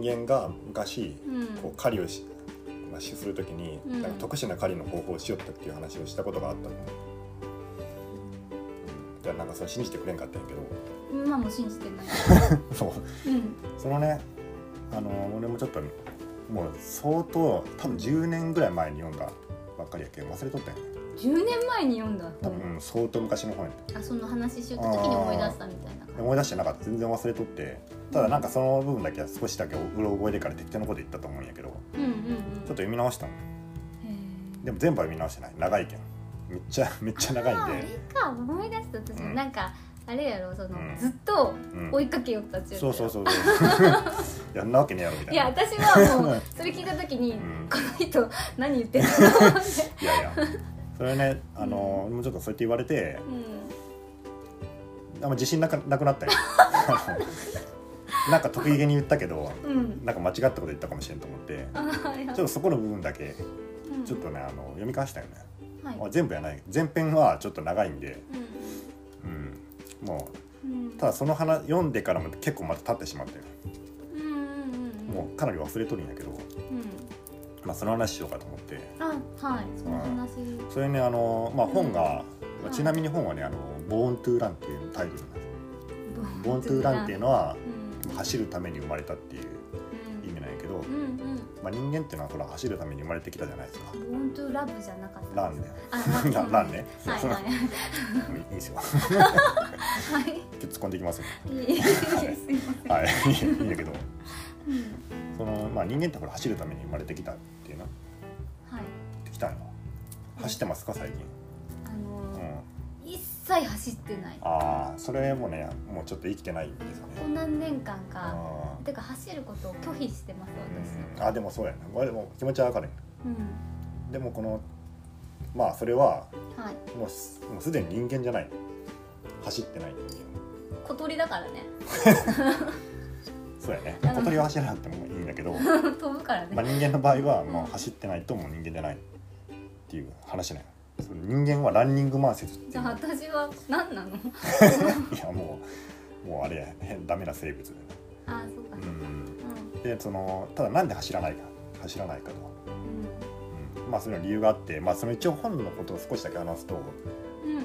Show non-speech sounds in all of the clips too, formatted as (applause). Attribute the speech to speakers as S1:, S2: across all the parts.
S1: 間が昔
S2: うん
S1: こう狩りをし、まあ、しする時に、
S2: うん
S1: なんか特殊な狩りの方法をしよったっていう話をしたことがあったの。じゃあなんかそれ信じてくれんかったんやけど
S2: 今も信じてない
S1: そう
S2: うん
S1: そのねあの俺もちょっともう相当多分10年ぐらい前に読んだばっかりやけん忘れとったんやね
S2: 10年前に読んだ
S1: 多分相当昔の本やね
S2: あその話しよった時に思い出したみたいな感
S1: 思い出してなかった全然忘れとってただなんかその部分だけは少しだけうろ覚えでから適当なこと言ったと思うんやけどちょ
S2: じうんうん
S1: っと
S2: うん
S1: 読み直したの
S2: へ
S1: でも全部は読み直してない長いけんめっちゃ (laughs) めっちゃ長
S2: ーああ
S1: いん
S2: れ
S1: で
S2: か思い出した私
S1: うん
S2: なんかあれやろその
S1: うん
S2: ずっと
S1: うん
S2: 追いかけよった中
S1: そうそうそうそう
S2: (laughs)
S1: やんなわけねえやろみたい
S2: い
S1: な
S2: や
S1: い
S2: 私はもうそれ聞いた時に
S1: うん
S2: この人何言ってんのと思って
S1: やいやそれねあの、もうちょっと (laughs) そうやって言われて
S2: う
S1: あんま自信なくなくなった
S2: (laughs)
S1: よ (laughs) あのなんか得意げに言ったけど
S2: んうん
S1: なんか間違ったこと言ったかもしれんと思って
S2: あーいや
S1: ちょっとそこの部分だけ
S2: うん
S1: ちょっとねあの読み返したよね、
S2: はい
S1: まあ全部やない前編はちょっと長いんで、
S2: う
S1: うん、も
S2: んうん
S1: うただその話読んでからも結構また経ってしまって
S2: うんうんうん
S1: もうかなり忘れとるんやけど、
S2: うん
S1: まあ、その話しようかと思って
S2: あはいその話
S1: それねあの、まあ、本が、
S2: ん
S1: まあちなみに本はね「あのボーン・トゥ・ラン」っていうタイトルなんです「ボーン・トゥ・ラン」っていうのは
S2: うん
S1: 走るために生まれたっていう意味なんやけど、
S2: うんうん
S1: まあ、人間っていうのはほら走るために生まれてきたじゃないですか
S2: ボ。ーントゥーラブじゃなかった
S1: ランね。
S2: あ
S1: ランランね。
S2: はいはい
S1: いいですよ。
S2: はい
S1: 突っ込んでいきます (laughs) よ。
S2: いいすいません
S1: はい。いいんだけど、
S2: うん
S1: そのまあ人間ってほら走るために生まれてきたっていうな。
S2: はい
S1: きたの。走ってますか最近。
S2: あ
S1: う
S2: のー
S1: ん。
S2: 一切走ってない
S1: ああ、それもね、もうちょっと生きてないんですよ
S2: こ
S1: ね。
S2: の何年間
S1: う
S2: か
S1: ん
S2: てか走ることを拒否してます
S1: うんあでもそうやな、俺でも気持ちはわかる
S2: 私うん
S1: でもこのまあそれは
S2: はい
S1: もうすもうすでに人間じゃない走ってない人間
S2: 小鳥だからね
S1: そうやね
S2: うん
S1: 小鳥は走らなくてもいいんだ
S2: (laughs)
S1: けど
S2: 飛ぶから
S1: まあ、
S2: ね
S1: 人間の場合はもう走ってないともう人間じゃないっていう話ねその人間はランニングマン説っていう
S2: じゃあ私は何なの
S1: いやもうもうあれや変ダメな生物だよね
S2: あそうか
S1: うん
S2: う
S1: でそのただなんで走らないか走らないかと、
S2: ん
S1: うんまあそれの理由があってまあその一応本のことを少しだけ話すと、
S2: うん
S1: ま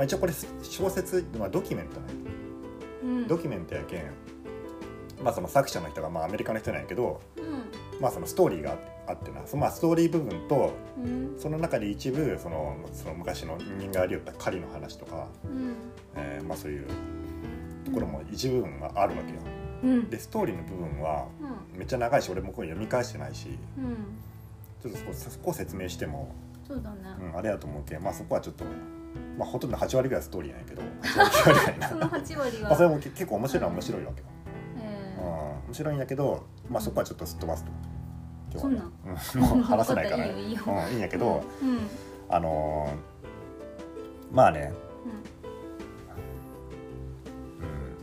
S1: あ、一応これ小説、まあ、ドキュメントね
S2: うんうん
S1: ドキュメントやけんまあその作者の人がまあアメリカの人なんやけど
S2: う
S1: まあそのストーリーがあってなそのまあストーリー部分と
S2: んうん
S1: その中で一部そのその昔の人間がありよった狩りの話とか、えーまあ、そういうところも一部分があるわけよ。
S2: うん
S1: でストーリーの部分は
S2: うん
S1: めっちゃ長いし俺もこれ読み返してないし
S2: うん
S1: ちょっとそこそこを説明しても、
S2: そうだね、
S1: うん、あれやと思うけど、まあ、そこはちょっと、まあ、ほとんど8割ぐらいストーリーなんやけど8割ぐらい
S2: (laughs)
S1: な
S2: その八割
S1: まあそれ
S2: は、
S1: もけ結構面白いのは面白いわけよ、
S2: え
S1: うん、
S2: ー
S1: 面白いんやけど、まあ、そこはちょっとすっ飛ばすと今日はね
S2: そん
S1: う
S2: なん
S1: もう話せないから
S2: わかったいい
S1: ね
S2: よいいよ、
S1: うん、いいんやけど、
S2: うんうん
S1: あのーまあね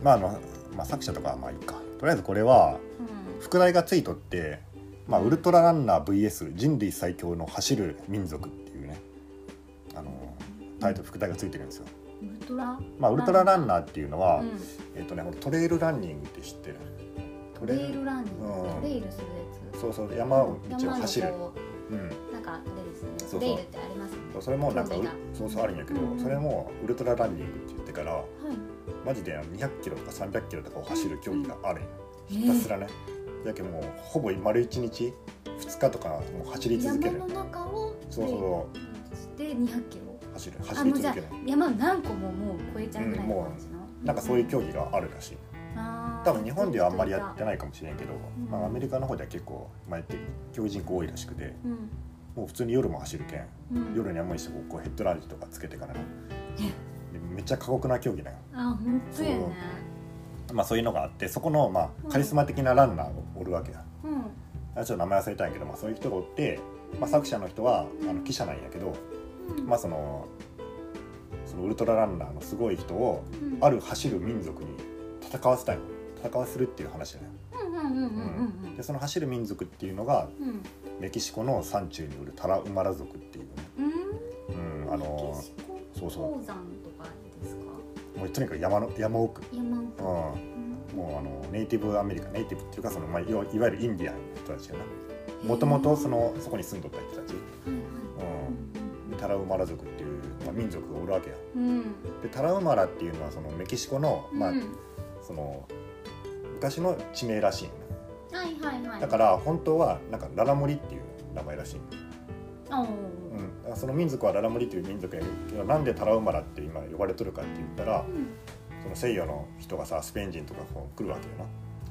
S1: うんまああの、まあ、作者とかはまあいいかとりあえずこれは副題がついとって、まあ、ウルトラランナー VS 人類最強の走る民族っていうねあのタイトル副題がついてるんですよ、
S2: うんウルトラ
S1: まあ、ウルトラランナーっていうのは、
S2: うん
S1: えっとね、トレイルランニングって知ってる
S2: トレイルランニング、
S1: うん
S2: トレイルするやつ
S1: そうそう山を道を
S2: 山の
S1: 走る、
S2: こ
S1: うん、
S2: うなんかあれですね
S1: そうそう
S2: トレイルってありますよね
S1: それもなんかう
S2: 競技だ
S1: そうそうあるんやけど、
S2: うんうん
S1: それもウルトラランニングって言ってから
S2: はい
S1: マジで200キロとか300キロとかを走る競技があるんよ
S2: えー
S1: ひたすらね、だけどもうほぼ丸1日2日とかもう走り続ける
S2: 山の中を
S1: そうそ
S2: で200キロ
S1: う走る走り
S2: あもうじゃ
S1: 続
S2: あ
S1: ける
S2: 山何個ももう超えちゃうぐらいの感じの、
S1: なんかそういう競技があるらしい
S2: あー
S1: 多分日本ではあんまりやってないかもしれんけど、
S2: ん
S1: まあ、アメリカの方では結構、まあ、やって競技人口多いらしくて
S2: うん
S1: もう普通に夜も走るけん
S2: うん、
S1: 夜には無理してこうこうヘッドライトとかつけてからなでめっちゃ過酷な競技だよ、
S2: あ本当やね
S1: まあ、そういうのがあってそこの、ま
S2: う
S1: あ、
S2: ん
S1: カリスマ的なランナーがおるわけだ
S2: うん
S1: ちょっと名前忘れたんやけど、まあ、そういう人がおって、まあ、作者の人はあの記者なんやけど、
S2: うん
S1: まあ、そのそのウルトラランナーのすごい人を
S2: うん
S1: ある走る民族に戦わせたい戦わせるっていう話だよ
S2: うんうんうんうんうん
S1: でその走る民族っていうのが
S2: うんうん
S1: メキシコの山中にいるタラウマラ族っていうね、
S2: うん
S1: うん、あの
S2: メキシコ
S1: そうそう
S2: 鉱山とかですか
S1: もうとにかく山の山奥、
S2: 山
S1: う
S2: 奥
S1: ん、もうあのネイティブアメリカネイティブっていうかその、まあ、いわいわゆるインディアンの人たちやなもともとそのそこに住んどった人たち、
S2: はいはい
S1: うん、でタラウマラ族っていう、まあ、民族がおるわけや
S2: うんうん
S1: でタラウマラっていうのはそのメキシコの,、まあ
S2: うん
S1: その昔の地名らしいのね
S2: はいはいはい
S1: だから本当はなんかララモリっていう名前らしいの、
S2: おー
S1: うん、だからその民族はララモリっていう民族やけどなんでタラウマラって今呼ばれとるかって言ったら
S2: うん
S1: その西洋の人がさスペイン人とかこう来るわけよ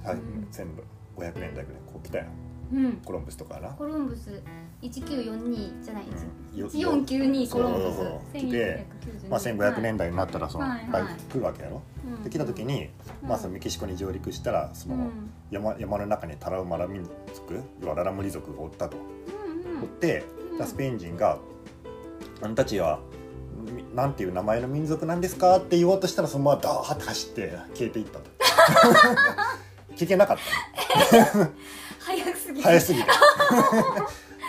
S1: な、はい
S2: うん
S1: 1500年代ぐらいこう来たやん
S2: うん
S1: コロンブスとかやな
S2: コロンブス1942じゃない
S1: うんよ
S2: 1492コロンブ
S1: そうそう
S2: ス
S1: そうで
S2: 1992
S1: まあ、1500年代になったらその、
S2: はい
S1: まあ
S2: はい
S1: 来るわけやろ、で来た時に、まあ、そのメキシコに上陸したらその、
S2: うん
S1: 山山の中にタラウマラ民族要はララムリ族がおったと
S2: うんうん
S1: おって、
S2: うん
S1: だスペイン人が「あんたちはみなんていう名前の民族なんですか?」って言おうとしたらそのままダーッて走って消えてい
S2: (laughs)
S1: ったと聞けなかった
S2: 早すぎ
S1: の
S2: る
S1: 早す
S2: (laughs)
S1: ぎて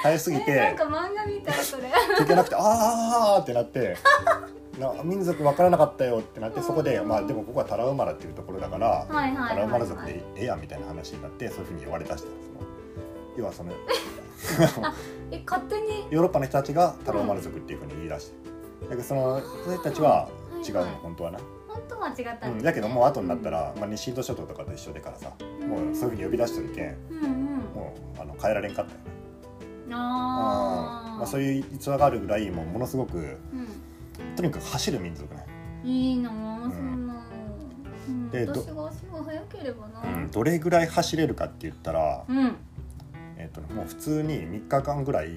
S1: 早すぎ
S2: え (laughs) なん
S1: て
S2: か漫画みたいそ
S1: (laughs)
S2: れ
S1: 聞けなくて「あー」ってなって「な民族分からなかったよ」ってなってそこで、
S2: うん
S1: まあでもここはタラウマラっていうところだから、
S2: はいは
S1: タ
S2: いは
S1: ラ
S2: い
S1: ウマラ族
S2: はい
S1: でええやんみたいな話になってそういうふうに言われたしたんですもん要はその
S2: え勝手に
S1: ヨーロッパの人たちがタラウマラ族っていうふうに言い出してだけどその人たちは違うの、
S2: はいはい
S1: 本当はな、
S2: 本当は違った
S1: うんん、
S2: で
S1: だけどもう後になったら、まあ、西インド諸島とかと一緒でからさもうそういうふうに呼び出してるけん
S2: うんうん
S1: もうあの変えられんかったよね
S2: あー
S1: まあ、そういう逸話があるぐらいもうものすごく
S2: うん
S1: とにかく走る民族ね、
S2: いいなあ
S1: うん
S2: そんなのうん
S1: でど
S2: 私が足が早ければな
S1: うん、どれぐらい走れるかって言ったら、
S2: うんうん
S1: えっとねもう普通に3日間ぐらい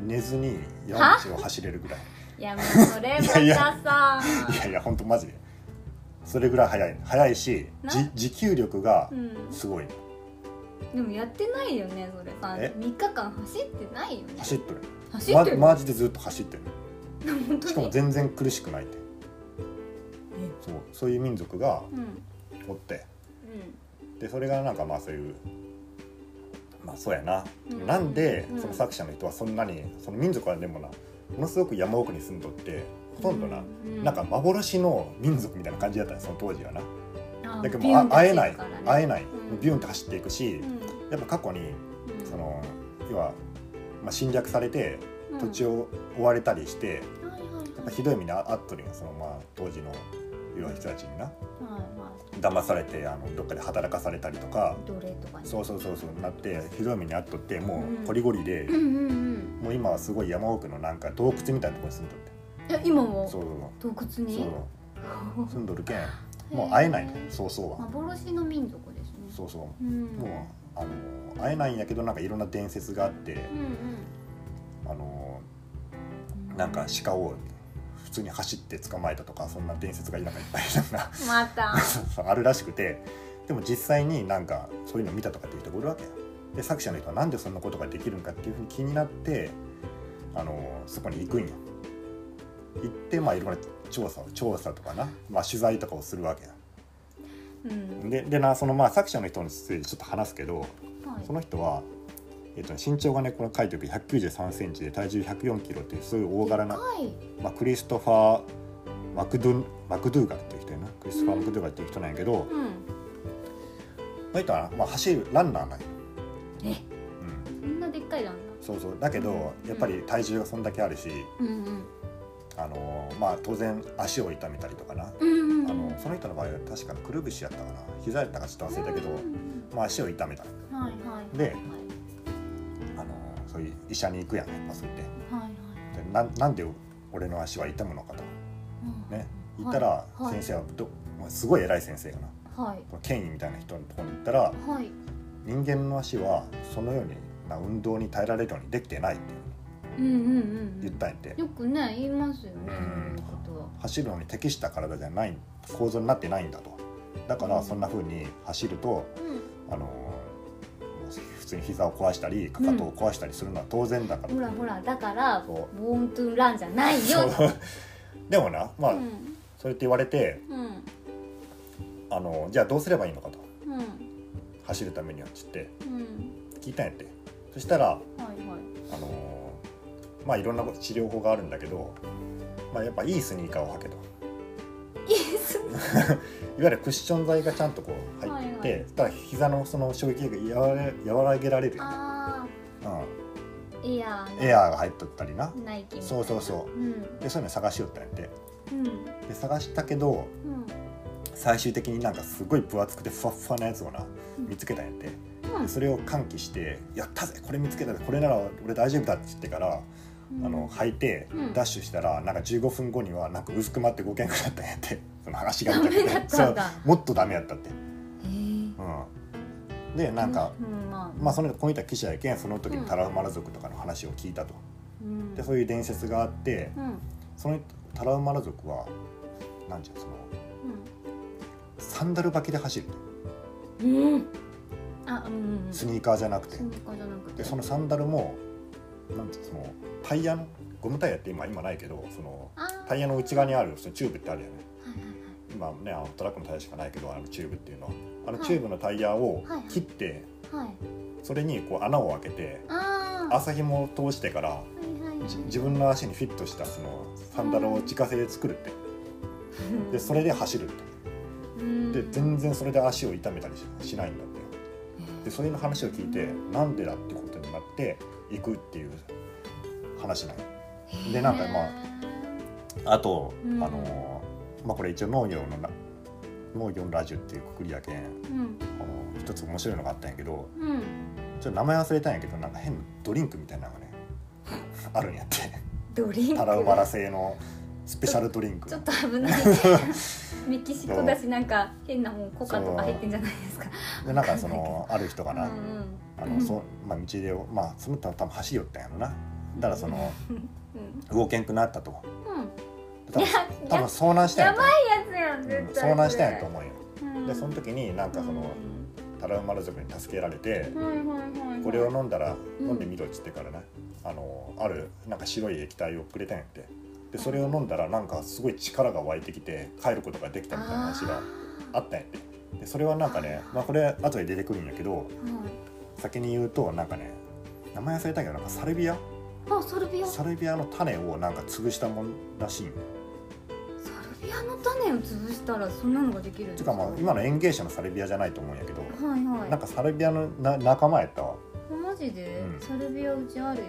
S1: 寝ずに山道を走れるぐらい
S2: いやもうそれま
S1: (laughs) いやい
S2: たさ
S1: いやいや本当マジでそれぐらい速い速いし
S2: な
S1: じ持久力が
S2: うん
S1: すごい
S2: でもやってないよねそれさ
S1: え
S2: 3日間走ってないよね
S1: 走っとる
S2: 走
S1: ま
S2: ってる、
S1: マジでずっと走ってる
S2: 本当に
S1: しかも全然苦しくないってそうそういう民族が
S2: うん
S1: おってでそれがなんかまあそういうまあそうやな、
S2: うん
S1: なんで
S2: うん
S1: その作者の人はそんなにその民族はでもなものすごく山奥に住んどってほとんどな、
S2: う
S1: なんか幻の民族みたいな感じだったねその当時はな
S2: あ
S1: だけどもうあ会えない、
S2: ビュンって
S1: 会えない、
S2: うん
S1: ビュンって走っていくし、
S2: う
S1: やっぱ過去に
S2: んうん
S1: その要は、まあ、侵略されて土地
S2: を、
S1: を追われたりして、
S2: うんはいはいはい
S1: やっぱひどい目に遭っとるよその、まあ、当時の要は人たちにな
S2: はいは
S1: 騙されてあのどっかで働かされたりとか
S2: い奴隷とかに
S1: そうそうそうそうなってひどい目に遭っとっても
S2: うん
S1: うこりごりで、
S2: うんうんうん
S1: もう今はすごい山奥のなんか洞窟みたいなところに住んどって
S2: いや今も
S1: そう
S2: 洞窟
S1: そうそう
S2: に (laughs)
S1: そう住んどるけんもう会えない
S2: へー
S1: そうそうは
S2: 幻の民族ですね
S1: そうそう
S2: う、ん、
S1: もうあの会えないんやけどなんかいろんな伝説があって
S2: うんうん
S1: あの
S2: うん
S1: なんか鹿を普通に走って捕まえたとかそんな伝説がなんかいっぱいなんか
S2: また
S1: (laughs) あるらしくてでも実際になんかそういうの見たとかっていう人がいるわけよで作者の人はなんでそんなことができるんかっていうふうに気になってあのそこに行くんよ行ってまあいろんな調査を調査とかな、まあ、取材とかをするわけよ
S2: うん
S1: ででなそのまあ作者の人についてちょっと話すけど
S2: はい
S1: その人は、えっとね、身長がねこの書いておく1 9 3センチで体重1 0 4キロっていうそういう大柄な
S2: で、かい
S1: まあ、クリストファー・マクドゥンマクドゥーガルっていう人やなクリストファー・マクドゥーガルっていう人なんやけど、
S2: うん
S1: この人は、まあ、走るランナーなんよ、
S2: え
S1: う
S2: そんなでっかいなんだ
S1: ん、そうそうだけど、
S2: うん
S1: やっぱり体重がそんだけあるし、
S2: うんうん
S1: あのーまあ、当然足を痛めたりとかな、
S2: うんうん
S1: あのその人の場合は確かくるぶしやったかな膝やったかちょっと忘れたけど、
S2: うんうん
S1: まあ、足を痛めた、
S2: うんはいはい
S1: で
S2: はい
S1: あのーそういう医者に行くやんやっぱそれで
S2: はいはい
S1: でなんなんで俺の足は痛むのかと
S2: うん
S1: ね言ったら
S2: はい
S1: 先生はど、まあすごい偉い先生がな
S2: はい
S1: この権威みたいな人のところに行ったら
S2: はい
S1: 人間の足はそのような運動に耐えられるようにできてないって
S2: うんうんうん
S1: 言ったんやって。
S2: よくね言いますよね
S1: うん
S2: そういうことは
S1: 走るのに適した体じゃない構造になってないんだとだからそんな風に走ると、あのーもう普通に膝を壊したりかかとを壊したりするのは当然だから、
S2: ほらほらだから
S1: そ
S2: 「ボーントゥーラン」じゃないよ
S1: そう (laughs) でもなまあ、
S2: うん
S1: それって言われて
S2: うん
S1: あのじゃあどうすればいいのかと
S2: うん
S1: 走るためにはっつって
S2: うん
S1: 聞いたんやってそしたら
S2: はいはい
S1: あのーまあいろんな治療法があるんだけど、まあ、やっぱいいスニーカーを履けと
S2: イエス
S1: いわゆるクッション材がちゃんとこう入ってる、って、そしたら膝のその衝撃が和ら和らげられるよね、
S2: (laughs) あ
S1: う
S2: あエアー
S1: ん、エアーが入っとったりな
S2: ーナイキみたいな
S1: そうそうそう
S2: うん
S1: うでそういうの探しよったんやって
S2: うん
S1: で探したけど
S2: うん
S1: 最終的になんかすごい分厚くてふわっふわなやつをな見つけたんやって
S2: うん
S1: でそれを喚起して「やったぜこれ見つけたぜこれなら俺大丈夫だ」って言ってから、あの履いて
S2: うん
S1: ダッシュしたらなんか15分後にはなんか薄くまって5件ぐらいだったんや
S2: (laughs)
S1: ってその話が
S2: ダメだったんだ
S1: そうもっとダメやったって、
S2: へー
S1: うん、でなんか、
S2: うんまあ
S1: まあそのこういった記事やけんその時にタラマラ族とかの話を聞いたと、
S2: うん
S1: でそういう伝説があって
S2: うんうん
S1: そのタラウマラ族はなんていうのそのサンダル履きで走ると
S2: うんあうん
S1: スニーカーじゃなくて
S2: スニーカーじゃなくて
S1: でそのサンダルもなんていうのそのタイヤのゴムタイヤって今今ないけどその
S2: あー
S1: タイヤの内側にあるそのチューブってあるよね
S2: はいはいはい
S1: 今ねあのトラックのタイヤしかないけどあのチューブっていうのはあのチューブのタイヤを
S2: はいはい
S1: 切って
S2: はい。
S1: それにこう穴を開けて
S2: ああ。
S1: 朝紐を通してから
S2: はいはいはい
S1: じ自
S2: (laughs)
S1: 分の足にフィットしたそのサンダルを自家製で作るってでそれで走るって
S2: うん
S1: で全然それで足を痛めたりししないんだってでそういうの話を聞いてなんでだってことになって行くっていう話なのでなんかまああと、
S2: うん
S1: あのまあこれ一応農業のな農業のラジオっていうくくりやけん
S2: うん
S1: あの一つ面白いのがあったんやけど
S2: うん
S1: ちょっと名前忘れたんやけどなんか変なドリンクみたいなのがねあるんや
S2: (laughs)
S1: って
S2: ドリンク
S1: タラウマラ製のスペシャルドリンク
S2: ちょっと危
S1: (laughs)
S2: ないメキシコだしなんか変なもんコカとか入ってんじゃないですか
S1: でなんかそのある人が
S2: うんう
S1: な、
S2: ん
S1: あ
S2: う
S1: の
S2: ん
S1: そまあ、道でまあその人は多分走り寄ったんやろなだからその
S2: うん
S1: 動けんくなったと
S2: うん
S1: 多分
S2: いや
S1: 多分遭難したんやと思う
S2: やつや
S1: う
S2: ん
S1: ん
S2: 絶対
S1: 遭難したんやと思うよ
S2: うん
S1: でその時になんかそのタラウマラ族に助けられて
S2: うんはいはいはい
S1: これを飲んだら
S2: うん
S1: 飲んでみろっつってからねあのあるなんか白い液体をくれたんやってでそれを飲んだらなんかすごい力が湧いてきて帰ることができたみたいな話があ
S2: あ
S1: ったんやってでそれはなんかねまあこれ後で出てくるんやけど
S2: ーはい
S1: 先に言うとなんかね名前忘れたけどなんかサルビア
S2: あソルビアソ
S1: サルビアの種をなんか潰したもんらしいんよ
S2: ルビアの種を潰したらそんなのができるんで
S1: て
S2: す
S1: かまあ今の園芸者のサルビアじゃないと思うんやけど
S2: はいはい
S1: なんかサルビアのな仲間やったわ
S2: マジで、
S1: うん
S2: サルビアうちあるよ。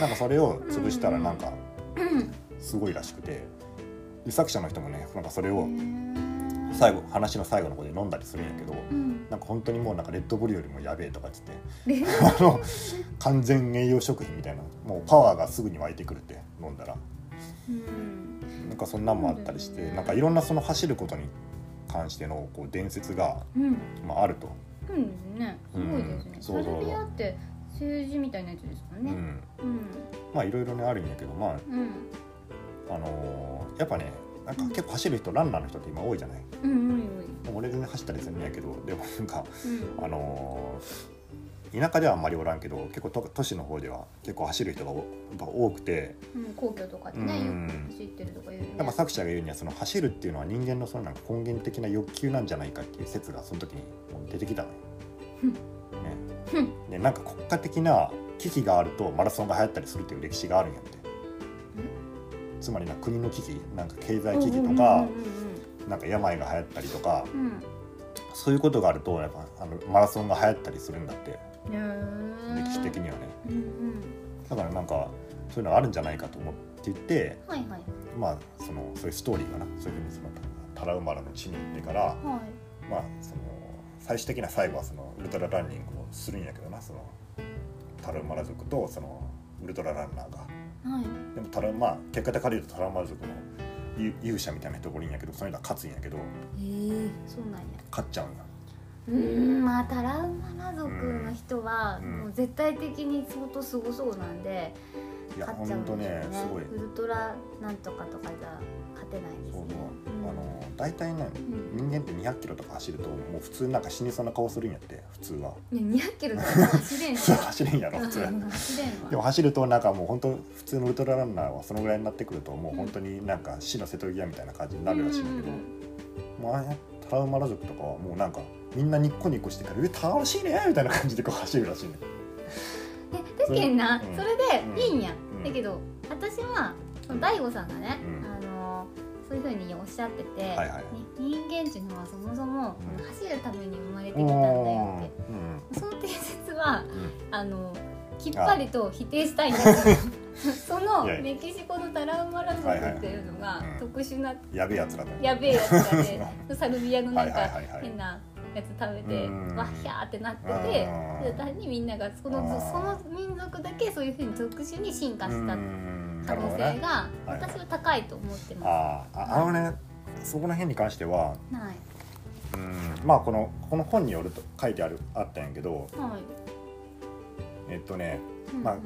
S1: なんかそれを潰したらなんか
S2: うん。
S1: すごいらしくてで作者の人もねなんかそれを
S2: へー
S1: 最後話の最後の方で飲んだりするんやけど
S2: うん。
S1: なんか本当にもうなんかレッドブルよりもやべえとかっつって
S2: で
S1: あの完全栄養食品みたいなもうパワーがすぐに湧いてくるって飲んだら
S2: うん。
S1: なんかそんなんもあったりし
S2: そうだよ
S1: て
S2: ね
S1: なんかいろんなその走ることに関してのこう伝説が、
S2: うん。
S1: まあ、あると、
S2: うんですね。すごいですね。
S1: うんそうそうそう
S2: サルビアって政治みたいなやつですか
S1: う
S2: ね。
S1: ん、
S2: うん。
S1: まあいろいろねあるんやけどまあ
S2: うん。
S1: あのーやっぱねなんか結構走る人ランナーの人って今多いじゃない
S2: うん。うん。
S1: 俺全然走ったりするんやけどでもなんか
S2: うん。
S1: あのー田舎ではあんまりおらんけど結構都都市の方では結構走る人がおやっぱ多くて
S2: うん。うん。皇居とかで
S1: う
S2: ね、よ
S1: ん
S2: く走ってるとか言うよね。
S1: やっぱ作者が言うにはその走るっていうのは人間のそのなんか根源的な欲求なんじゃないかっていう説がその時に出てきたのよ
S2: ふん。ふ
S1: ね
S2: ん、
S1: でなんか国家的な危機があるとマラソンが流行ったりするっていう歴史があるんやって。つまりな国の危機なんか経済危機とか
S2: うん。
S1: なんか病が流行ったりとか
S2: うん。うんうん
S1: そういうことがあるとやっぱあのマラソンが流行ったりするんだって
S2: うん。うん。
S1: 歴史的
S2: に。
S1: にはね
S2: うん。うん。
S1: だからなんかそういうのがあるんじゃないかと思って言って
S2: はいはい。
S1: まあそのそういうストーリーがなそういうふうにそのタラウマラの地に行ってから
S2: はい。
S1: まあその最終的な最後はそのウルトラランニングをするんやけどなそのタラウマラ族とそのウルトラランナーが
S2: はい。
S1: でもタラまあ結果的に言うとタラウマラ族の勇勇者みたいな人がおるんやけどその人は勝つんやけど
S2: ええ。そうなんや。
S1: 勝っちゃうんや
S2: うーんまあタラウマラ族の人は、
S1: うん
S2: もう絶対的に相当すごそうなんで
S1: いや
S2: 勝
S1: ほ
S2: っちゃうんん
S1: と
S2: で
S1: ね
S2: すよね
S1: すごい
S2: ウルトラなんとかとかじゃ勝てないです
S1: そう
S2: ね
S1: そう
S2: うん
S1: あの大体ね
S2: うん
S1: 人間って2 0 0キロとか走るともう普通なんか死にそうな顔するんやって普通
S2: (laughs)
S1: は
S2: いや200キロとか走れ
S1: (laughs)
S2: ん
S1: そう
S2: わ
S1: 走れんやろ普通
S2: うん走れんわ
S1: でも走るとなんかもう本当普通のウルトラランナーはそのぐらいになってくるともう本当になんか死の瀬戸際みたいな感じになるらしいんだけど、もうあれタラウマラ族とかはもうなんかみんなニッコニコしてから「え楽しいね」みたいな感じでこう走るらしいね。
S2: で確かにな
S1: うん
S2: それでいいんや、
S1: うん
S2: だけど私はその大悟さんがね、
S1: うん
S2: あのそそういうふうにおっしゃってて、
S1: はいはい
S2: ね、人間っていうのはそもそも
S1: うん
S2: 走るために生まれて
S1: う
S2: きたんだ
S1: ん
S2: よって、
S1: うん
S2: その定説は
S1: うん
S2: あのきっぱりと否定したいん
S1: (laughs)
S2: ですよその
S1: いやいや
S2: メキシコのタラウマラソンっていうの
S1: は
S2: が
S1: いはいうん
S2: 特殊な
S1: やべえやつらだね
S2: やべえやつ
S1: (laughs)
S2: らでサルビアのな
S1: は
S2: ん
S1: いは
S2: か
S1: いはいはい
S2: 変なやつ食べて
S1: うん
S2: わっひゃーってなって
S1: うん
S2: てで単にみんながその
S1: うん
S2: その民族だけそういうふうに特殊に進化した
S1: うん
S2: 可
S1: なるほ
S2: 能
S1: ど
S2: 性
S1: ね
S2: が
S1: はいはい
S2: 私は高いと思ってま
S1: あーああのねそこら辺に関しては
S2: す。はい
S1: うんまあこのこの本によると書いてあるあったんやけど
S2: はい
S1: えっとね
S2: うん
S1: まあ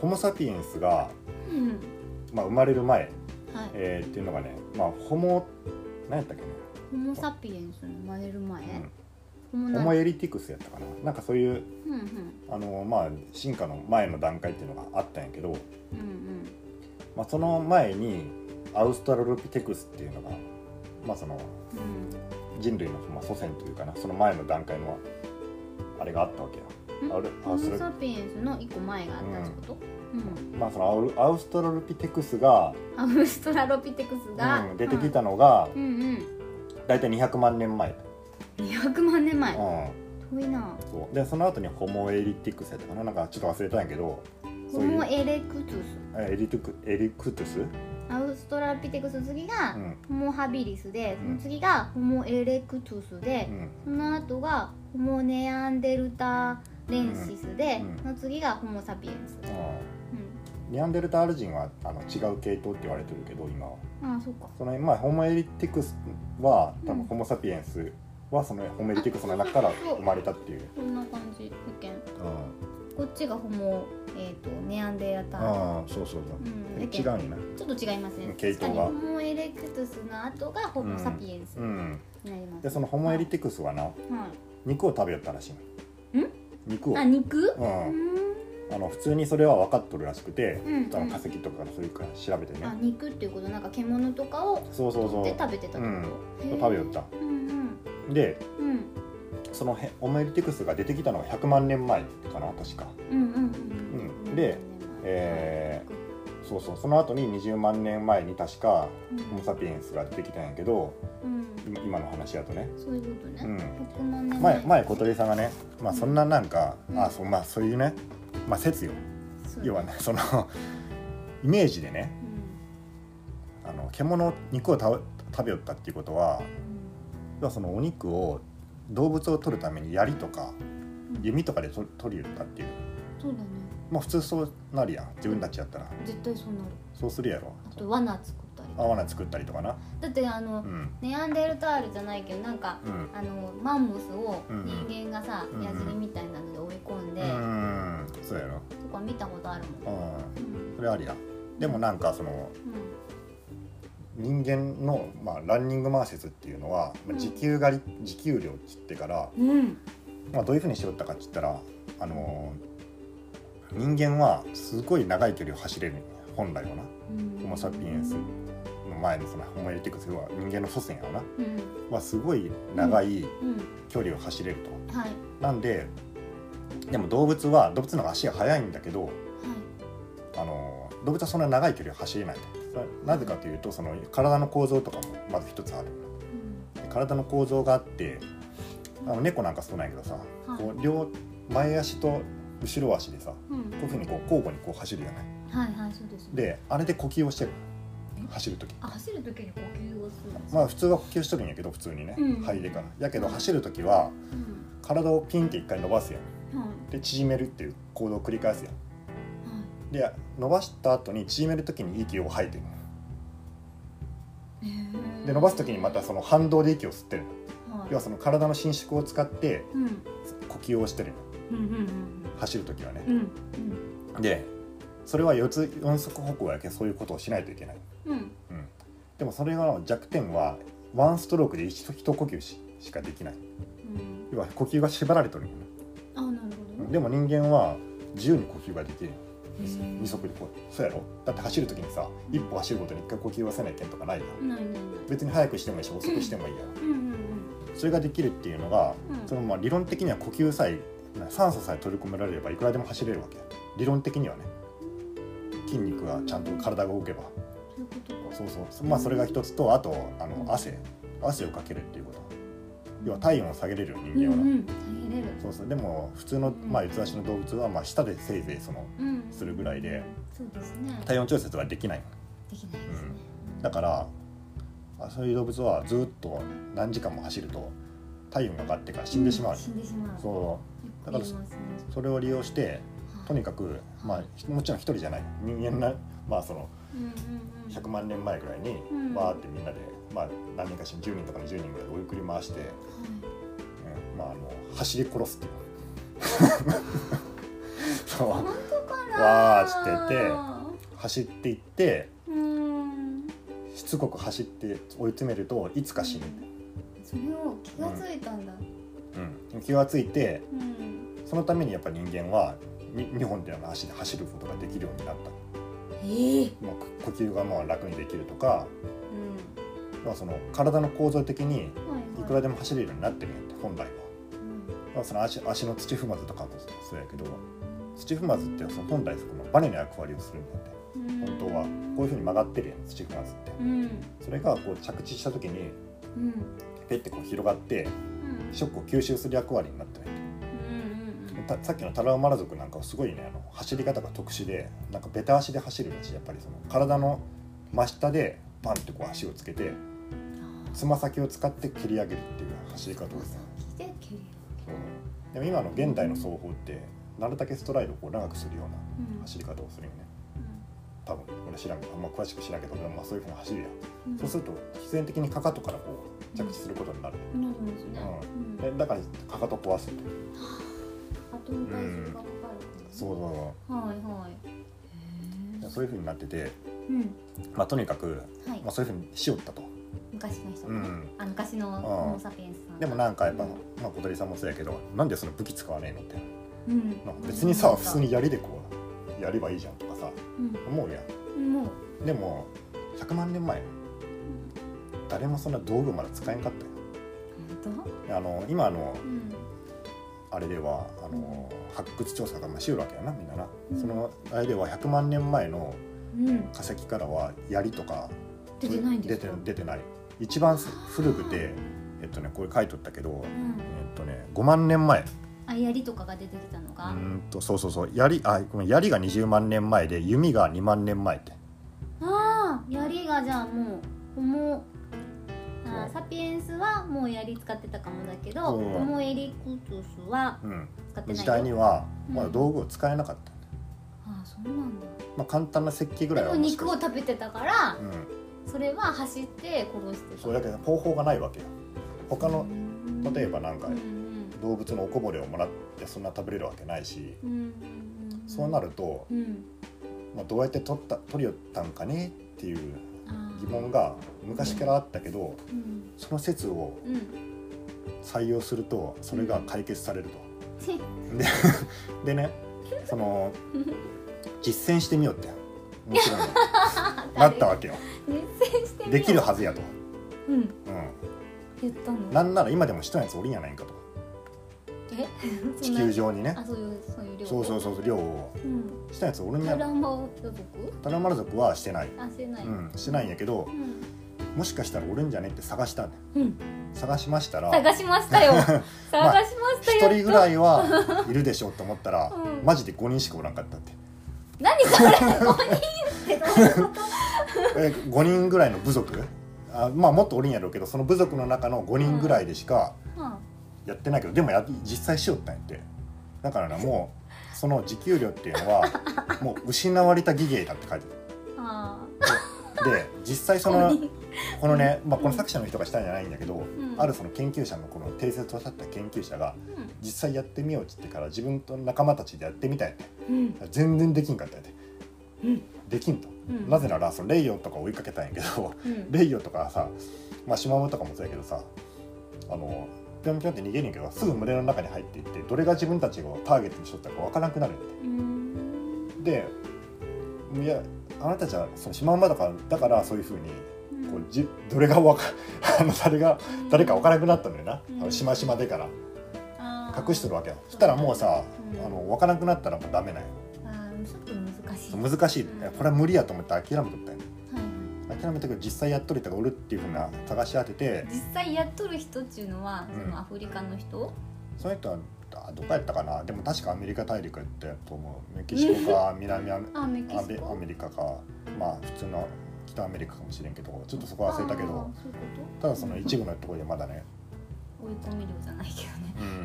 S1: ホモ・サピエンスが、
S2: うんうん
S1: まあ、生まれる前、
S2: はい
S1: えーっていうのがねまあホモ何やったっけね、
S2: ホモ・サピエンスに生まれる前
S1: うん
S2: ホモ
S1: ホ
S2: なん
S1: モ・エリティクスやったかななんかそういう
S2: うんうん
S1: あのまあ進化の前の段階っていうのがあったんやけど、
S2: うんうん
S1: まあ、その前にアウストラロピテクスっていうのが、まあ、その
S2: う
S1: 人類のまあ祖先というかなその前の段階のあれがあったわけや、
S2: ん
S1: あれ
S2: ん
S1: あ
S2: ホ
S1: そ
S2: モ・
S1: れ
S2: サピエンスの一個前があったってことうん
S1: まあ、そのアウアウストラロピテクスが、
S2: アウストラロピテクスが
S1: うん出てきたのが
S2: うんうん
S1: 大体200万年前、
S2: うん200万年前
S1: うん、
S2: 遠いな
S1: そうでその後にホモ・エリティクスやったかななんかちょっと忘れたんやけど
S2: ホ
S1: そういう
S2: モ・エレクトゥス
S1: えエリティクエリクトゥス、
S2: アウストラロピテクスの次が
S1: うん
S2: ホモ・ハビリスで
S1: うん
S2: その次がホモ・エレクトゥスで
S1: うん、
S2: その後がホモ・ネアンデルタ・レンシスで
S1: うん
S2: その次がホモ・サピエンス
S1: うんネアンデルタール人はあの違う系統って言われてるけど今は
S2: うんああそっか
S1: そのまあホモ・エリティクスは多
S2: う
S1: 分
S2: ん
S1: ホモ・サピエンスはそのホモ・エリティクスの中から生まれたっていう、
S2: こんな感じ意見
S1: うん
S2: こっちがホモ、えー、とネアンデルター
S1: ああそうそう
S2: ル、うん、
S1: そう
S2: だ
S1: 違
S2: け
S1: う
S2: ど
S1: よね
S2: ちょっと違いますね
S1: 系
S2: 確か
S1: 統
S2: に
S1: が
S2: ホモ・エレクトゥスの後がホモ・サピエンス
S1: うん
S2: になります、
S1: でそのホモ・エリティクスはな
S2: はい
S1: 肉を食べよったらしい
S2: ん
S1: 肉を
S2: あ肉
S1: う
S2: うんん、
S1: あの普通にそれは分かっとるらしくて、
S2: うん
S1: その化石とかそういうから調べてね
S2: あ肉っていうことなんか獣とかを
S1: そうそうそ
S2: 取
S1: う
S2: って食べてたってこと、
S1: うん
S2: へー
S1: 食べよった
S2: うんうん
S1: で
S2: うん
S1: そのへホモエリティクスが出てきたのが100万年前かな確か、
S2: うんうんう
S1: うんんでえーそうそうその後に20万年前に確か
S2: うん
S1: ホモ・サピエンスが出てきたんやけど
S2: うん
S1: 今今の話やとね
S2: そういうことね、
S1: うん
S2: 100万年
S1: 前前小鳥さんがね、まあ、そんななんか、
S2: うん
S1: あそうまあそういうね、まあ、説よ
S2: そう
S1: 要はね (laughs) そのイメージでねあの獣肉を食べ食べよったっていうことは
S2: う
S1: 要はそのお肉を動物を取るために槍とか
S2: んうん、
S1: 弓とかで取取りよったっていう
S2: そうだね
S1: まあ普通そうなるやん自分たちやったら
S2: 絶対そうなる
S1: そうするやろ
S2: あと罠作ったり
S1: 合わない作ったりとかな
S2: だってあ
S1: う
S2: の、
S1: ん
S2: ネアンデルタールじゃないけどなんか
S1: うん
S2: あのマンモスを
S1: うん
S2: 人間がさ、
S1: うん
S2: 矢尻みたいなので追い込んで、
S1: うんそうやろ
S2: とか見たことあるもん、
S1: うん
S2: うん
S1: それありやでもなんかその人間の、まあ、ランニングマー説っていうのは、まあ、時給狩り時給量っつってから、
S2: うん、うん、
S1: まあ、どういうふうにしよったかっつったらあのー人間はすごい長い距離を走れる本来はなホモ・サピエンスの前のそのホモ・エリティクスは人間の祖先やわな
S2: うん
S1: はすごい長い
S2: うん
S1: 距離を走れると、
S2: はいはい
S1: なんででも動物は動物の方が足が速いんだけどあの動物はそんな長い距離を走れないとそれなぜかというとその体の構造とかもまず一つある
S2: う
S1: で体の構造があってあの猫なんかそうなんやけどさ、
S2: はい
S1: こう両前足と後ろ足でさこ
S2: んうん
S1: ういうふうにこう交互にこう走るじゃない
S2: はいはいそうですね
S1: であれで呼吸をしてる
S2: え
S1: 走る時
S2: あ走る時に呼吸をするんです
S1: まあ普通は呼吸しとるんやけど普通にね、
S2: うん
S1: 肺でからやけど走る時は
S2: うん
S1: 体をピンって一回伸ばすやん
S2: はい
S1: で縮めるっていう行動を繰り返すやんで伸ばした後に縮める時に息を吐いてる
S2: はいへー
S1: で伸ばす時にまたその反動で息を吸ってるの
S2: はい
S1: 要はその体の伸縮を使って
S2: うん
S1: 呼吸をしてるの
S2: うんうん
S1: 走る時はね
S2: うんうん
S1: でそれは四つ四足歩行やけんそういうことをしないといけない、
S2: うんうん
S1: うん、でもそれが弱点はワンストロークで一一呼吸ししかできない
S2: うん
S1: 要は呼吸が縛られとるのね
S2: あなるほどね
S1: でも人間は自由に呼吸ができる
S2: うん
S1: 二足でこうそうやろだって走る時にさ一歩走ることに一回呼吸はせないけんとかないやん
S2: ないないない
S1: 別に早くしてもいいし遅くしてもいいやん
S2: うんうんうん
S1: それができるっていうのが、
S2: うん
S1: そのまあ理論的には呼吸さえ酸素さえ取り込められればいくらでも走れるわけ理論的にはね筋肉がちゃんと体が動けば
S2: そうなんだいうことか
S1: そうそうまあそれが一つとあとあの汗汗をかけるっていうこと要は体温を下げれるよ人間は、
S2: うんうん下げれる
S1: そうそうでも普通の、まあ、四つ足の動物は、まあ、舌でせいぜいその
S2: うん
S1: するぐらいで
S2: そうですね
S1: 体温調節はできない
S2: できないですね
S1: だからあそういう動物はずっと何時間も走ると体温が上がってから死んでしまう、
S2: ん死んでしまう
S1: そだから
S2: よく言いますね
S1: うそれを利用してとにかく、まあ、ひもちろん一人じゃない人間な、まあ、その
S2: うんうんうん
S1: 100万年前ぐらいに
S2: うん
S1: わーってみんなで、まあ、何人かし10人とか20人ぐらい追いくり回して、うんまあ、あの走り殺すっていうそう
S2: はい本当かな
S1: わーって走っていって
S2: てうん
S1: しつこく走って追い詰めるといつか死ぬ、
S2: それを気がついたんだ
S1: うん、気がついて
S2: うん
S1: そのためにやっぱ人間は2本での足で走ることができるようになっ
S2: ええ
S1: たもうこ呼吸がまあ楽にできるとか、
S2: うん
S1: まあ、その体の構造的に
S2: はいい
S1: く
S2: は
S1: ら
S2: い
S1: でも走れるようになってるんやって本来は、
S2: うん
S1: まあ、その足足の土踏まずとかもそうやけど土踏まずってその本来そこのバネの役割をするんだって
S2: うん
S1: 本当はこういうふうに曲がってるやん土踏まずって
S2: うん
S1: それがこう着地した時に
S2: うん
S1: ペッてこう広がって
S2: うん
S1: ショックを吸収する役割になってる
S2: うん
S1: たさっきのタラウマラ族なんかはすごいねあの走り方が特殊でなんかベタ足で走るらしいやっぱりその体の真下でパンってこう足をつけてつま先を使って蹴り上げるっていう走り方ですね
S2: 先で蹴る
S1: でも今の現代の走法ってなるだけストライドをこう長くするような
S2: うん
S1: 走り方をするよね多分俺知らんけどあんま詳しく知らんけど、まあ、そういうふうに走るやん、
S2: うん
S1: そうすると必然的にかかとからこう着地することになる、
S2: なりますね
S1: うん
S2: うん
S1: でだからかかと壊すと
S2: 後に体重がかかる
S1: そうそう
S2: はいはいへ
S1: う
S2: え
S1: そういうふうになってて、
S2: うん
S1: まあ、とにかく、
S2: はい
S1: まあ、そういうふうにしよったと。
S2: 昔の人
S1: う
S2: ね
S1: ん
S2: あ昔のホモ・サピエンスさん
S1: でもなんかやっぱ、まあ、小鳥さんもそうやけどなんでその武器使わねえのって
S2: うん
S1: なんか別にさ普通に槍でこうやればいいじゃんとかさ思うや
S2: うんもうん
S1: でも100万年前誰もそんな道具まだ使えんかったよ
S2: 本
S1: あの今の
S2: 当うん
S1: あれではあの発掘調査がまあしよるわけやなみんなな、
S2: うん
S1: そのあれでは100万年前の
S2: うん
S1: 化石からは槍とか
S2: 出てないんですか
S1: 出て出てない一番古くてえっとねこれ書いとったけど
S2: う
S1: え
S2: ん
S1: っとね5万年前
S2: あやりとかが出てきたの
S1: う
S2: が
S1: ーんとそうそうそう槍あごめん槍が20万年前で弓が2万年前って
S2: ああ槍がじゃあもうホモ
S1: そう
S2: あーサピエンスはもう槍使ってたかもだけど
S1: そ
S2: ホ
S1: う
S2: モエリクトスは
S1: うん
S2: 使って
S1: 時
S2: な
S1: 代
S2: い
S1: に
S2: よ
S1: はまだ道具を使えなかった、
S2: ああそうなんだ
S1: まあ、簡単な石器ぐらい
S2: で
S1: は
S2: も
S1: もしか
S2: 肉を
S1: し
S2: 食べてたから
S1: うん
S2: それは走って殺してた
S1: そうだけど方法がないわけよ他の例えばなんか
S2: うんうん
S1: 動物のおこぼれをもらってそんな食べれるわけないし
S2: うんうんうん
S1: そうなると、
S2: うん
S1: まあ、どうやって取った取りよったんかねっていう
S2: あー
S1: 疑問が昔からあったけど
S2: うん
S1: その説を
S2: うん (laughs)
S1: 採用するとそれが解決されると。
S2: ち
S1: ででねそ
S2: (laughs)
S1: の実践してみようってもちろんなった
S2: (laughs)
S1: わけよ
S2: 実践してみよう
S1: できるはずやと、
S2: うん
S1: う
S2: 言ったの
S1: ん、なんなら今でも人のやつおるんやないかと
S2: えそ
S1: (laughs) 地
S2: んな
S1: 球上にね
S2: あそういうそういう量
S1: そうそううそう量を
S2: うん
S1: 人のやつおるん
S2: カ
S1: や
S2: ラマを予測
S1: タラマル族はしてない、
S2: あしてない
S1: うん、してないんやけど
S2: うん
S1: もしかしたらおるんじゃねって探したんだよ
S2: うん
S1: 探しましたら
S2: 探しまし
S1: (laughs)
S2: たよ探しました
S1: 1
S2: よ、
S1: 人ぐらい
S2: (laughs)
S1: はいるでしょうと思ったら、
S2: うん
S1: マジで5人しかおらんかったって
S2: 何それ5人ってどういう
S1: (laughs)
S2: こ
S1: え5人ぐらいの部族あまあもっとおるんやろうけどその部族の中の5人ぐらいでしか
S2: とうん
S1: やってないけど、でもや実際しよったんやってだからなもうその持久量っていうのは
S2: (laughs)
S1: もう失われた技芸だって書いて
S2: あ
S1: るで実際
S2: ー
S1: その
S2: (laughs) 五人
S1: このね、まあ、この作者の人がしたんじゃないんだけど、
S2: ん
S1: あるその研究者のこの定説を立った研究者が
S2: うん
S1: 実際やってみようっつってから自分と仲間たちでやってみたんやって
S2: うん
S1: 全然できんかったんやって、
S2: うん
S1: できんと、
S2: うん
S1: なぜならそのレイヨンとか追いかけたんやけど
S2: うん
S1: レイヨとかさ、まあ、シマウマとかもそうやけどさあのぴょんぴょんって逃げるんやけどすぐ群れの中に入っていってどれが自分たちをターゲットにしとったか分からなくなるん
S2: うーん
S1: ででいやあなたたちはそのシマウマだからだからそういうふうにこうじどれがわか (laughs) あの誰が誰か分からなくなったのよな、
S2: うん
S1: あのしましまでから
S2: あー
S1: 隠してるわけよそしたらもうさ、
S2: うん
S1: あの分からなくなったらもうダメなんよ
S2: あーちょっと難しい
S1: 難しいいやこれは無理やと思って諦めとったんよ
S2: はいはい
S1: 諦めたけど実際やっとる人がおるっていうふうな探し当てて
S2: 実際やっとる人っていうのは、
S1: うん
S2: そのアフリカの人
S1: その人はあどこやったかなでも確かアメリカ大陸やったと思うメキシコか南アメ
S2: あメキ
S1: ア
S2: シ
S1: メ
S2: コ
S1: アメリカかまあ普通の北アメリカかもしれんけどちょっとそこは忘れたけ
S2: あ
S1: ど
S2: ーそういうこと
S1: ただその一
S2: 部
S1: 部のところでまだね、
S2: 追い込み量じゃないけどね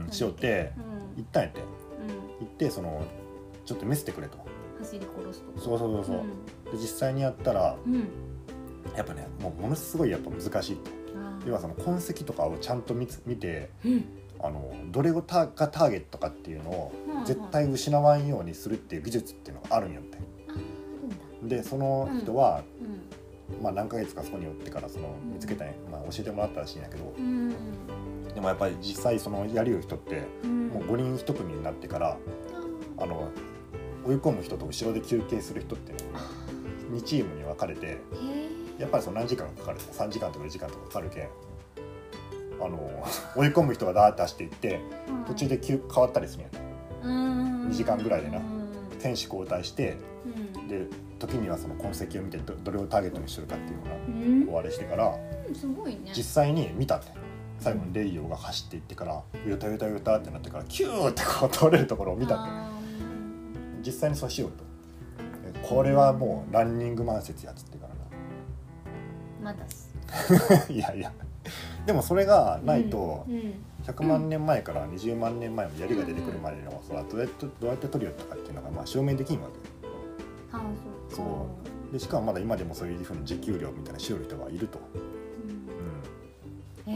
S1: うん、しよって行ったんやって
S2: うん、うん、
S1: 行ってそのちょっと見せてくれと
S2: 走り殺すとか
S1: そうそうそうそう、で実際にやったら
S2: うん、うん、
S1: やっぱねもうものすごいやっぱ難しいって
S2: あー
S1: 要はその痕跡とかをちゃんと見つ見て
S2: うん
S1: あのどれをタがターゲットかっていうのを
S2: うん
S1: 絶対失わんようにするっていう技術っていうのがあるんやって
S2: あーあるんだ
S1: でその人は、
S2: うん
S1: まあ、何ヶ月かそこに寄ってからその
S2: うん
S1: 見つけたんや、まあ、教えてもらったらしいんやけど
S2: うん
S1: でもやっぱり実際そのやりよる人って
S2: うん
S1: もう5人1組になってからあの追い込む人と後ろで休憩する人っていうのが2チームに分かれて
S2: へえ
S1: やっぱりその何時間かかる3時間とか4時間とかかかるけんあ
S2: (laughs)
S1: の追い込む人がダーッて走っていって途中で急変わったりするんやん
S2: 2
S1: 2時間ぐらいでな
S2: うん
S1: 選手交代して
S2: うん
S1: で時にはその痕跡を見てどどれをターゲットにするかっていうような
S2: うん
S1: 終わりしてから
S2: うんすごいね
S1: 実際に見たって最後にレイヨーが走っていってからヨタヨタヨタってなってからキューってこう倒れるところを見たって
S2: あー
S1: 実際にそうしようとでこれはもうランニング満節やつってからな (laughs)
S2: まだし
S1: いやいやでもそれがないと
S2: うんうん
S1: 100万年前から20万年前も槍が出てくるまでのそれはどうやってどうやって取り寄ったかっていうのがまあ証明できんわけ
S2: あーそうか
S1: そでしかもまだ今でもそういうふうに持久量みたいなしよる人がいると、
S2: うん
S1: う
S2: え
S1: うん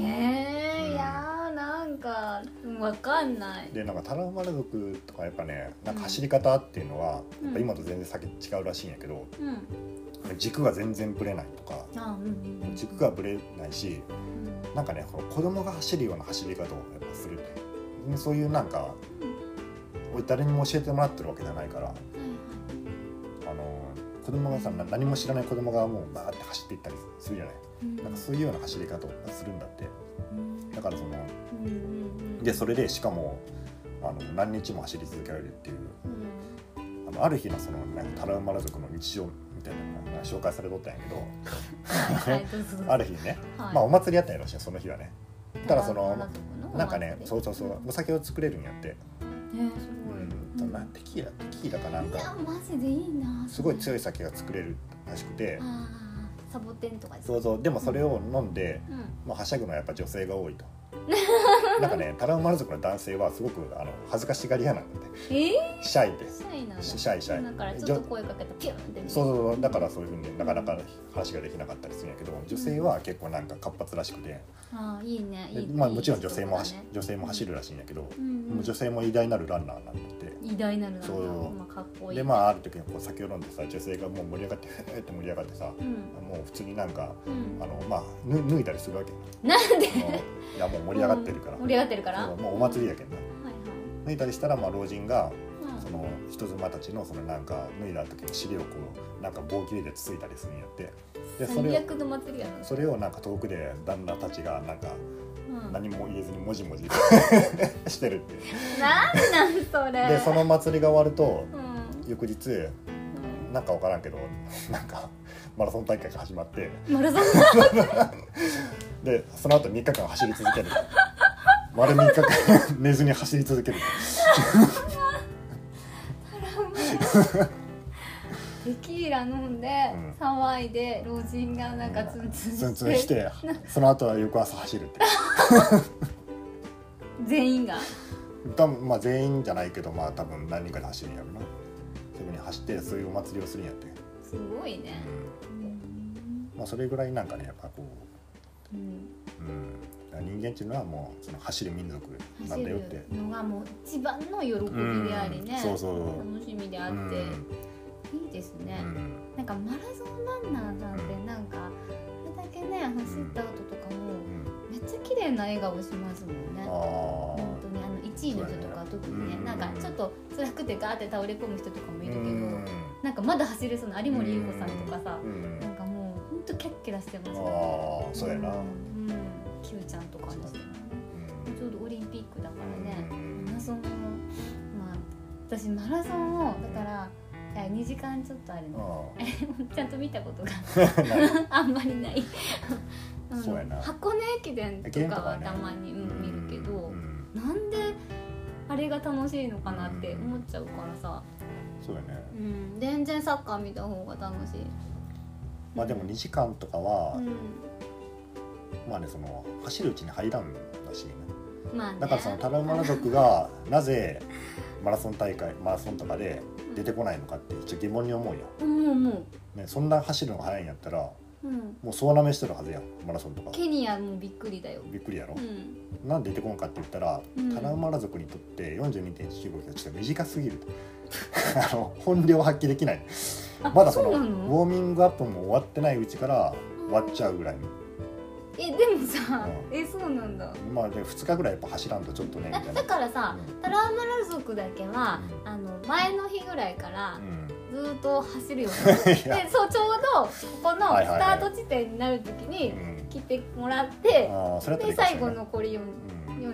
S2: ーいやーなんかわかんない
S1: ん、でなんかタランマラ族とかやっぱねなんか走り方っていうのは
S2: うん
S1: やっぱ今と全然先違うらしいんやけど
S2: うん
S1: 軸が全然ぶれないとか
S2: あーうんうんうん
S1: 軸がぶれないし
S2: うん
S1: なんかねこの子供が走るような走り方をやっぱするとそういうなんか俺誰にも教えてもらってるわけじゃないから
S2: はい
S1: あの子供がさな何も知らない子供がもうバーって走っていったりするじゃない
S2: はい
S1: なんかそういうような走り方をするんだって
S2: うん
S1: だからその
S2: うんうんうん
S1: でそれでしかもあの何日も走り続けられるっていう
S2: うん
S1: あのある日のそのなんかタラウマラ族の日常みたいなのが紹介されとったんやけど
S2: はいどうぞどうぞ
S1: ある日ね、
S2: はい
S1: まあお祭りやったんやろしいよその日はねただそ
S2: バ
S1: の
S2: ラ族の
S1: なんかね
S2: お祭り
S1: そうそうそうお酒を作れるんやって、
S2: えーす
S1: う
S2: ごい
S1: ん
S2: うん
S1: なんテキーラテキーラかなん
S2: いや
S1: か
S2: マジでいいな
S1: すごい
S2: い
S1: 強い酒が作れるらしくて
S2: あーサボテンとかです
S1: そうそうでもそれを飲んで、
S2: うん
S1: まあ、はしゃぐのはやっぱ女性が多い
S2: (laughs)
S1: となんかねタラウマラ族の男性はすごくあの恥ずかしがり屋なんだって
S2: えー
S1: シャイです
S2: シャイなんだ
S1: シャイシャイ
S2: だからちょっと声かけてピュンってね
S1: そうそうそうだからそういうふうになかなか話ができなかったりするんやけど女性は結構なんか活発らしくて、
S2: あーいいね
S1: で
S2: いい
S1: まあ、もちろん女性も
S2: いい
S1: 走,、
S2: 人だね
S1: 女性も走るらしいんやけど、
S2: うんうん
S1: もう女性も偉大なるランナーなんだって。
S2: 偉大なるな
S1: そう
S2: まあ、かっこいい
S1: でまあある時にこう酒を飲んでさ女性がもう盛り上がってえって盛り上がってさ
S2: うん
S1: もう普通になんか
S2: うん
S1: あのまあぬ脱いだりするわけ
S2: なんで
S1: あのいやもう盛り上がってるから、
S2: 盛り上がってるから
S1: そうもうお祭りやけんな
S2: はい
S1: 脱いだりしたらまあ老人が
S2: はい、
S1: その人妻たちのそのなんか脱いだ時に尻をこうなんか棒切れでつついたりするんやって
S2: う
S1: で
S2: ん、
S1: それ
S2: 最
S1: を
S2: 悪の祭りやな
S1: それをなんか遠くで旦那たちがなんか
S2: うん、なん
S1: 何も言えずにもじも (laughs) じしてるっていう
S2: なんそれ
S1: でその祭りが終わると
S2: うん
S1: 翌日なんか分からんけど (laughs) なんかマラソン大会が始まって
S2: うんマラソン
S1: でその後3日間走り
S2: (laughs)
S1: 続ける丸3日間寝ずに走り続ける
S2: テキーラ飲んで、
S1: うん
S2: 騒いで老人がなんかツンツンして
S1: ツンツンしてその後は翌朝走るって
S2: 全員が
S1: 多分まあ全員じゃないけどまあ多分何人かで走るんやろなそういうふうに走ってそういうお祭りをするんやって、
S2: すごいね、うん
S1: まあ、それぐらいなんかねやっぱこ
S2: うん、
S1: う、うん、だから人間っていうのはもうその走る民族なん
S2: 走
S1: だよって
S2: るのがもう一番の喜びでありね、
S1: うんそうそうそう
S2: 楽しみであって、
S1: うん
S2: いいですね、
S1: うん
S2: なんかマラソンランナーなんてなんかあれだけね走った後とか
S1: う
S2: も
S1: ん
S2: めっちゃ綺麗な笑顔しますもんね
S1: あ
S2: 本当にあの1位の人とかは特にね、なんかちょっと辛くてガーって倒れ込む人とかも
S1: あ
S2: いるけど、なんかまだ走れそうな有森裕子さんとかさ、
S1: うん
S2: なんかもうほんとキャッキャラしてますよね
S1: ああそうやな、
S2: う
S1: うん
S2: ん、キューちゃんとかあの人もねちょうどオリンピックだからね、マラソンもまあ私マラソンをだからじゃあ2時間ちょっとある
S1: う
S2: の、
S1: ん
S2: ちゃんと見たことが (laughs)
S1: ない
S2: あんまりない、うん
S1: そうやな
S2: 箱根駅伝とかはたまに、う、
S1: うん
S2: 見るけど、
S1: うん
S2: なんであれが楽しいのかなって思っちゃうからさ、
S1: そうやね
S2: うん、全然サッカー見た方が楽しい
S1: まあでも2時間とかは、
S2: うん
S1: まあねその走るうちに入らんらしいね
S2: まあね
S1: だからそのタラウマラ族がなぜマラソン大会マラソンとかで出てこないのかって一応疑問に思うよ、
S2: もうも
S1: ね、そんな走るのが速いんやったらも
S2: う、うん、
S1: う総なめしてるはずやんマラソンとか
S2: ケニアもびっくりだよ、
S1: びっくりやろ
S2: う、ん、
S1: なんで出てこんかって言ったら、
S2: うん
S1: タラウマラ族にとって42.195キロちょっと短すぎると (laughs) あの本領発揮できない
S2: あ
S1: まだその
S2: うな
S1: ウォーミングアップも終わってないうちから割っちゃうぐらいの
S2: えでもさ、
S1: う
S2: えそうなんだ
S1: まあで2日ぐらいやっぱ走らんとちょっとねみ
S2: だ
S1: たいな
S2: だからさ、
S1: うん
S2: タラウマラ族だけは、
S1: うん
S2: あの前の日ぐらいか
S1: う
S2: ら
S1: ん
S2: ずーっと走るようになっ
S1: (laughs)
S2: て、
S1: いや
S2: でそうちょうどここの
S1: はい
S2: ス
S1: はい
S2: タ
S1: はい
S2: ート地点になる時
S1: う
S2: に
S1: ん
S2: 来てもらって、
S1: ああそれだ
S2: で
S1: ったらい
S2: 最
S1: いか
S2: 後
S1: もしれない
S2: 残り
S1: うん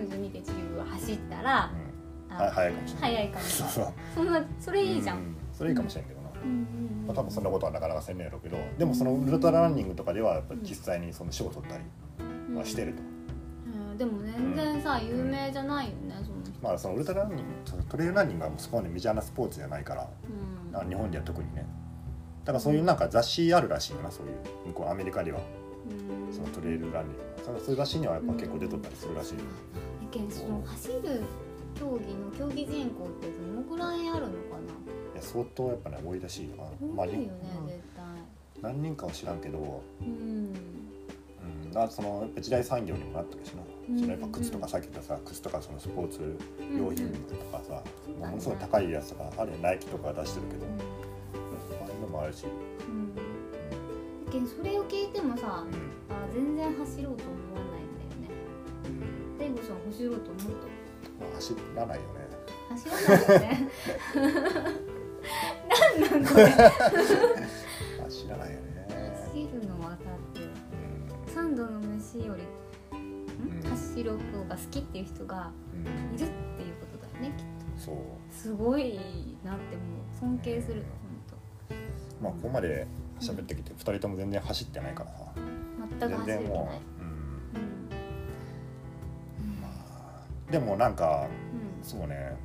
S2: 42.195を走ったら、
S1: うん
S2: あ
S1: は早いかもしれない
S2: 早いから
S1: そうそう
S2: そんなそれいいじゃん、
S1: うそれいいかもしれんけどな、
S2: うんうんう
S1: ま
S2: ん
S1: あ、多分そんなことはなかなかせんねやろうけどでもそのウルトラランニングとかではやっぱ実際にその賞を取ったりはしてると、
S2: うんでも全然さ、有名じゃないよねその人、
S1: まあそのウルトラランニングそのトレイルランニングはもうそこまでメジャーなスポーツじゃないから
S2: うん
S1: あ日本では特にねだからそういうなんか雑誌あるらしいよなそういう向こうアメリカでは
S2: うん
S1: そのトレイルランニングそのそういう雑誌にはやっぱ結構出とったりするらしいよ、
S2: だけどその走る競技の競技人口ってどのくらいあるのかない
S1: や相当やっぱね多いらしいよな、ま
S2: 多
S1: あ、
S2: いよね
S1: に
S2: 絶対
S1: 何人かは知らんけど、
S2: うん
S1: うん、だからそのやっぱ時代産業にもなってるしな、
S2: うん
S1: そのやっぱ靴とかさっき言ったさ靴とかそのスポーツ用品とかさ、
S2: うん
S1: ものすごい高いやつとかあるよナイキとか出してるけど、
S2: うん
S1: ああいうのもあるし、
S2: うんだけどそれを聞いてもさ
S1: う
S2: あ全然走ろうと思わないんだ
S1: ん
S2: よね
S1: うん
S2: デイゴさん走ろうと思う
S1: まあ、走らないよね
S2: と走らないよねなんなんこれ
S1: 走らないよね、
S2: 走るの分かってる
S1: うん
S2: 三度の飯よりん
S1: うん
S2: 走ろう方が好きっていう人が
S1: うん
S2: いるっていうことだよねきっと
S1: そう
S2: すごいなってもう尊敬する
S1: まあここまで喋ってきて2人とも全然走ってないからさ
S2: 本当全
S1: 全
S2: く
S1: 然
S2: 走れてない
S1: もう、うん
S2: うん
S1: まあ、でもなんかそうね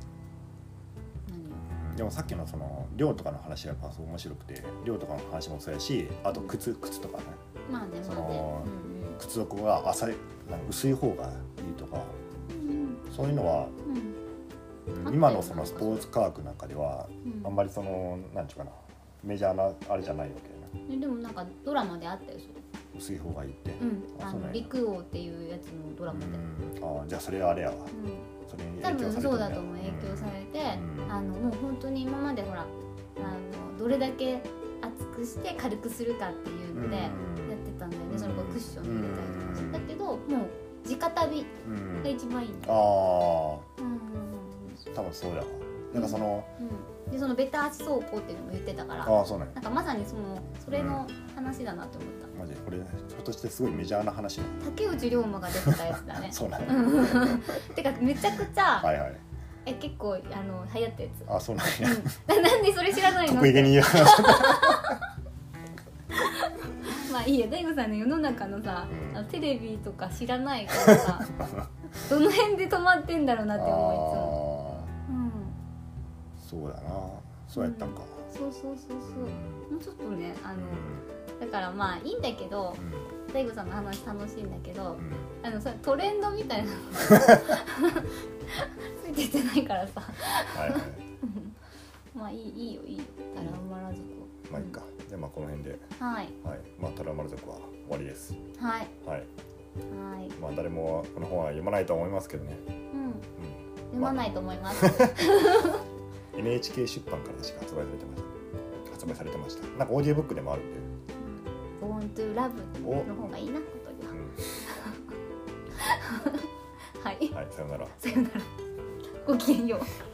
S2: うん
S1: でもさっきのその量とかの話がやっぱすごい面白くて量とかの話もそうやしあと靴靴とかね
S2: 何まあね
S1: そ
S2: まあね
S1: の靴底が浅いなんか薄い方がいいとか
S2: うんうん
S1: そういうのは
S2: うんうん
S1: うん今のそのスポーツ科学なんかでは
S2: うん
S1: あんまりそのなんちゅうかなメジャーなあれじゃないわけよね
S2: ねでもなんかドラマであったよそれ
S1: 薄い方がいいって、
S2: うん
S1: あ
S2: あ
S1: そうなん
S2: の
S1: や
S2: 陸王っていうやつのドラマで
S1: うんあじゃあそれはあれやわ
S2: うん
S1: それに
S2: 多
S1: 影響され
S2: 分そう
S1: て
S2: だ
S1: る
S2: と思う影響されて、
S1: うん
S2: あのもう本当に今までほらあのどれだけ厚くして軽くするかっていうのでやってたんだよね、
S1: うん
S2: それこそクッション入れたりとかして、
S1: うん
S2: だけどもう直旅
S1: うんうん
S2: が一番いいんだ
S1: ああ
S2: よ、うん
S1: ー多分そうやわなんかその
S2: うんうん、でそのベタ足走行っていうのも言ってたから
S1: ああそうなんや
S2: なんかまさにそのそれの話だなって思った、
S1: マジでこれひょっとしてすごいメジャーな話なんだ
S2: 竹内涼真が出てたやつだね
S1: (laughs) そうなんや
S2: うんてかめちゃくちゃ、
S1: はいはい
S2: え結構あの流行ったや
S1: あ
S2: つ
S1: そうなんや
S2: ななんでそれ知らないの
S1: 得意げに言う
S2: まあいいや大悟さんね世の中のさ、
S1: うん
S2: あのテレビとか知らないか
S1: (laughs)
S2: らさどの辺で止まってんだろうな
S1: あ
S2: っ
S1: あ
S2: て思
S1: ー
S2: ういつも、
S1: そうだなそうやったんか
S2: うん、そうそうそう
S1: う
S2: そ
S1: ん
S2: うもうちょっとねあ
S1: うん
S2: のだからまあいいんだけど大悟さんの話楽しいんだけど
S1: うん
S2: あのさトレンドみたいなの
S1: (laughs)
S2: ついてってないからさ
S1: はいはい
S2: まあいいいいよいいよタラウマラ族
S1: まあいいかじゃあまあこの辺で
S2: はい
S1: はいまあタラマル族は終わりです
S2: はい
S1: はい
S2: はい
S1: まあ誰もこの本は読まないと思いますけどね
S2: うん
S1: う
S2: 読まないと思い
S1: (laughs)
S2: ます、
S1: ん NHK 出版から確か発売されてました発売されてましたなんかオーディオブックでもあるんで
S2: ボーントゥラブの方がいいなことには
S1: う
S2: はい
S1: んはいさよなら (laughs)
S2: さよなら。ごきげんよう。